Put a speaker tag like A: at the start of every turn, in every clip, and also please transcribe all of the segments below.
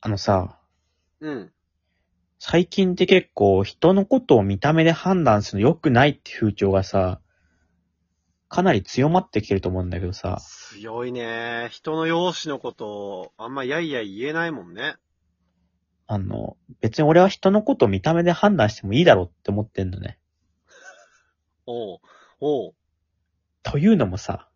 A: あのさ、
B: うん。
A: 最近って結構人のことを見た目で判断するの良くないって風潮がさ、かなり強まってきてると思うんだけどさ、
B: 強いね。人の容姿のことを、あんまやいやい言えないもんね。
A: あの、別に俺は人のことを見た目で判断してもいいだろうって思ってんのね。
B: おう、おう。
A: というのもさ、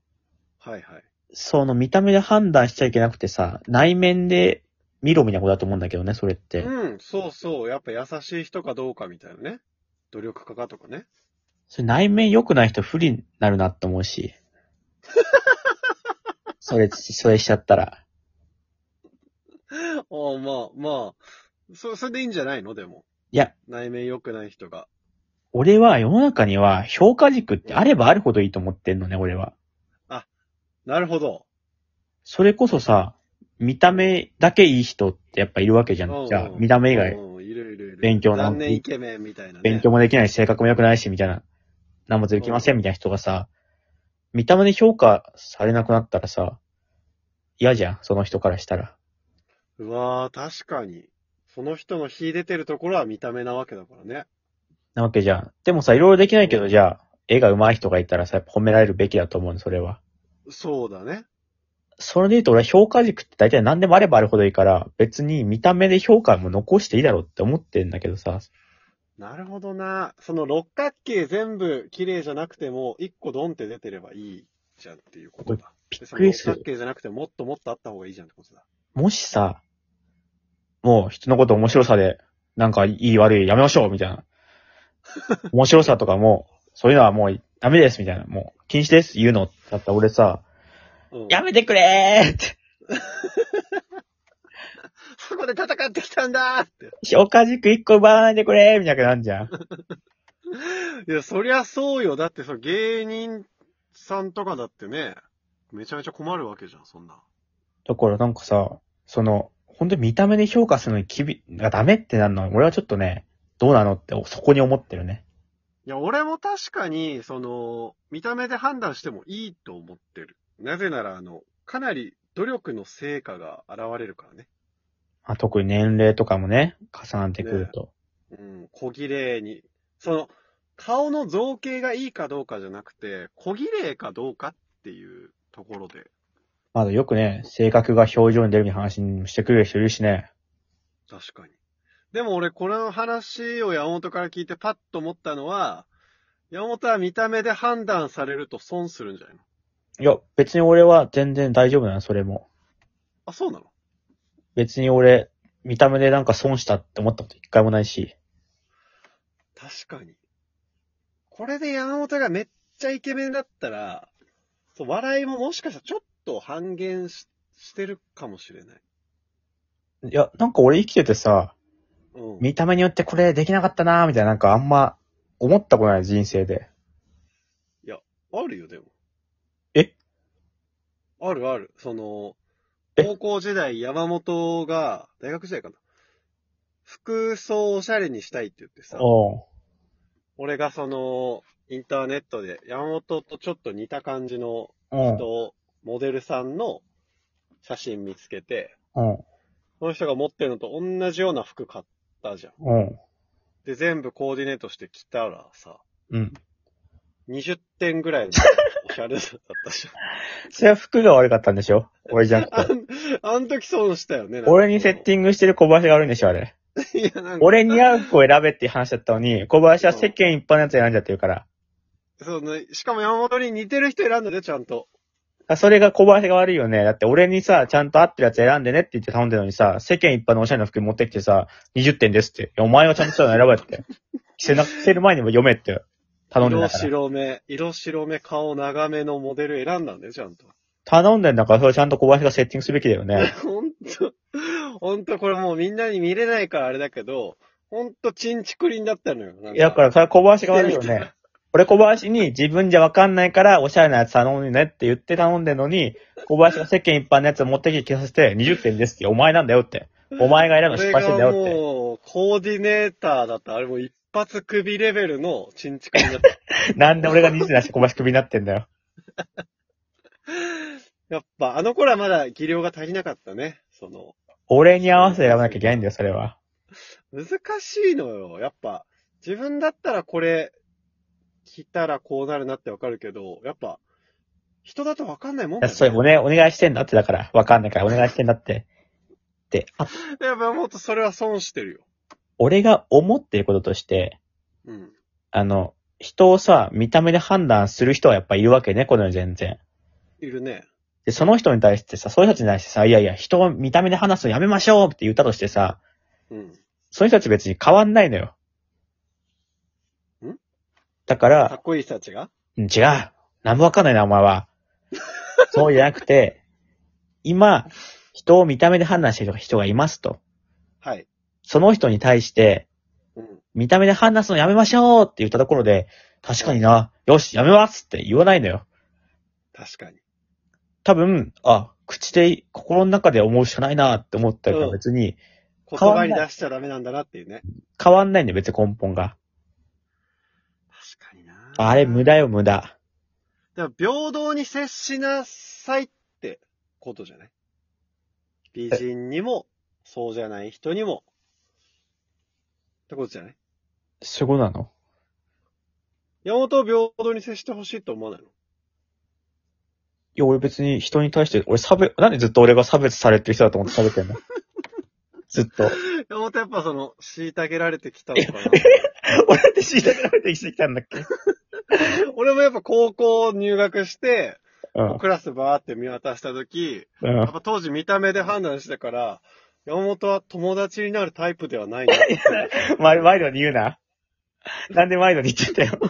B: はいはい。
A: その見た目で判断しちゃいけなくてさ、内面で見ろみたいなことだと思うんだけどね、それって。
B: うん、そうそう。やっぱ優しい人かどうかみたいなね。努力家かとかね。
A: それ内面良くない人不利になるなって思う し。それ、それしちゃったら。
B: ああ、まあ、まあ。そ、それでいいんじゃないのでも。
A: いや、
B: 内面良くない人が。
A: 俺は世の中には評価軸ってあればあるほどいいと思ってんのね、俺は。
B: なるほど。
A: それこそさ、見た目だけいい人ってやっぱいるわけじゃん。じゃあ、見た目以外、
B: うん、いるいるいる。
A: 勉強なん
B: 残念イケメンみたいなね。
A: 勉強もできないし、性格も良くないし、みたいな、何もできませんみたいな人がさ、見た目で評価されなくなったらさ、嫌じゃん、その人からしたら。
B: うわー、確かに。その人の秀出てるところは見た目なわけだからね。
A: なわけじゃん。でもさ、いろいろできないけど、じゃあ、絵が上手い人がいたらさ、やっぱ褒められるべきだと思うの、それは。
B: そうだね。
A: それで言うと俺は評価軸って大体何でもあればあるほどいいから、別に見た目で評価も残していいだろうって思ってんだけどさ、
B: なるほどな。その六角形全部綺麗じゃなくても、一個ドンって出てればいいじゃんっていうことだ。
A: び
B: で
A: っ
B: そ
A: く
B: の
A: り
B: 六
A: する
B: 角。形じゃなくてもっともっとあった方がいいじゃんってことだ。
A: もしさ、もう人のこと面白さで、なんかいい悪いやめましょうみたい な。面白さとかも、そういうのはもうダメですみたいな。もう禁止です言うのだったら俺さ、
B: うん、
A: やめてくれーって、
B: そこで戦ってきたんだーって。
A: 評価軸一個奪わないでくれーみたいななんじゃん。
B: いや、そりゃそうよ。だってその芸人さんとかだってね、めちゃめちゃ困るわけじゃん、そんな。
A: だからなんかさ、その、本当に見た目で評価するのにきび、なんかダメってなるのは、俺はちょっとね、どうなのって、そこに思ってるね。
B: いや、俺も確かに、その、見た目で判断してもいいと思ってる。なぜなら、あの、かなり努力の成果が現れるからね。
A: まあ、特に年齢とかもね、重なってくると。
B: うん、小綺麗に。その、顔の造形がいいかどうかじゃなくて、小綺麗かどうかっていうところで。
A: まあ、よくね、性格が表情に出るみたいな話にしてくる人いるしね。
B: 確かに。でも俺、この話を山本から聞いてパッと思ったのは、山本は見た目で判断されると損するんじゃないの
A: いや、別に俺は全然大丈夫なの、それも。
B: あ、そうなの
A: 別に俺、見た目でなんか損したって思ったこと一回もないし。
B: 確かに。これで山本がめっちゃイケメンだったら、そう笑いももしかしたらちょっと半減ししてるかもしれない。
A: いや、なんか俺生きててさ、
B: うん。
A: 見た目によってこれできなかったなーみたいな、なんかあんま、思ったことない人生で。
B: あるよ、でも。
A: え
B: あるある。その、
A: え
B: 高校時代、山本が、大学時代かな。服装をおしゃれにしたいって言ってさ、
A: おう
B: 俺がその、インターネットで山本とちょっと似た感じの
A: うん。
B: 人、モデルさんの写真見つけて、
A: うん。
B: その人が持ってるのと同じような服買ったじゃん。
A: うん。
B: で、全部コーディネートして着たらさ、
A: うん。
B: 20点ぐらいのおしゃれだったじゃん。
A: それは服が悪かったんでしょ俺じゃな
B: あ
A: くて。
B: ん、あん時損したよね。
A: 俺にセッティングしてる小林が悪いんでしょあれ。
B: ィング。いや、なんか、
A: 俺に合う子を選べっていう話だったのに、小林は世間一般のやつ選んじゃってるから。
B: その、しかも山本に似てる人選んだで、ちゃんと。
A: あそれが小林が悪いよね。だって俺にさ、ちゃんと合ってるやつ選んでねって言って頼んでるのにさ、世間一般のおしゃれな服持ってきてさ、20点ですって。いやお前はちゃんとしたの選ばれて。着せな、着せる前にも読めって頼んでんだ
B: 色
A: から。
B: 白め、色白め、顔長めのモデル選んだんだよ、ちゃんと。
A: 頼んでんだから、それちゃんと小林がセッティングすべきだよね。
B: ほんと、ほんとこれもうみんなに見れないからあれだけど、ほんとチンチクリンだったのよ。なん
A: いや、だから、それは小林が悪いよ ね。俺小林に自分じゃわかんないからおしゃれなやつ頼むねって言って頼んでるのに、小林が世間一般のやつを持ってきて着させて20点ですって、お前なんだよって。お前が選ぶの失敗してんだよ
B: これ
A: っ
B: が
A: て。
B: もう、コーディネーターだった。あれもう一発首レベルのチンチクリンだった。
A: なんで俺が20出して小林クビになってんだよ。
B: やっぱ、あの頃はまだ技量が足りなかったね。その、
A: 俺に合わせて選ばなきゃいけないんだよ、それは。
B: 難しいのよ。やっぱ、自分だったらこれ、着たらこうなるなってわかるけど、やっぱ、人だとわかんないもん
A: だっ
B: だ
A: てそれ
B: ね。
A: お,、ね、お願いしてんだって、だから。わかんないから、お願いしてんだって。で、あ、
B: やっぱもっとそれは損してるよ。
A: 俺が思ってることとして、
B: うん。
A: あの、人をさ、見た目で判断する人はやっぱいるわけね、この世に全然。
B: いるね。
A: で、その人に対してさ、そういう人たちに対してさ、いやいや、人を見た目で話すのやめましょうって言ったとしてさ、
B: うん。
A: そういう人たち別に変わんないのよ。
B: ん
A: だか
B: かっ
A: ら、
B: こいい人たちが
A: うん違う。何もわかんないな、お前 は。そうじゃなくて、今、人を見た目で判断してる人がいますと。
B: はい。
A: その人に対して、
B: うん。
A: 見た目で判断するのやめましょうって言ったところで、確かにな、よし、やめますって言わないのよ。
B: 確かに。
A: 多分、あ、口で心の中で思うしかないなって思ったら別に、
B: 言
A: 変わ
B: 葉
A: んない
B: に出しちゃダメなんだなっていうね。
A: 変わんないんだよ、別に根本が。
B: 確かにな
A: あれ、無。駄よ、無駄。
B: でも平等に接しなさいってことじゃない美人にも、そうじゃない人にも、ってことじゃない
A: そういうことなの
B: 山本を平等に接してほしいと思わないの
A: いや、俺別に人に対して、俺差別、なんでずっと俺が差別されてる人だと思って喋ってん のずっと。
B: 山本やっぱその、虐げられてきたのかな
A: 俺だって虐げられて生きてきたんだっけ
B: 俺もやっぱ高校入学して、
A: うん。
B: クラスバーって見渡したとき、
A: う
B: や
A: ん
B: っ。ぱ当時見た目で判断してから、山本は友達になるタイプではない なって。
A: ワイワイドに言うな。なんでワイドに言ってたよ。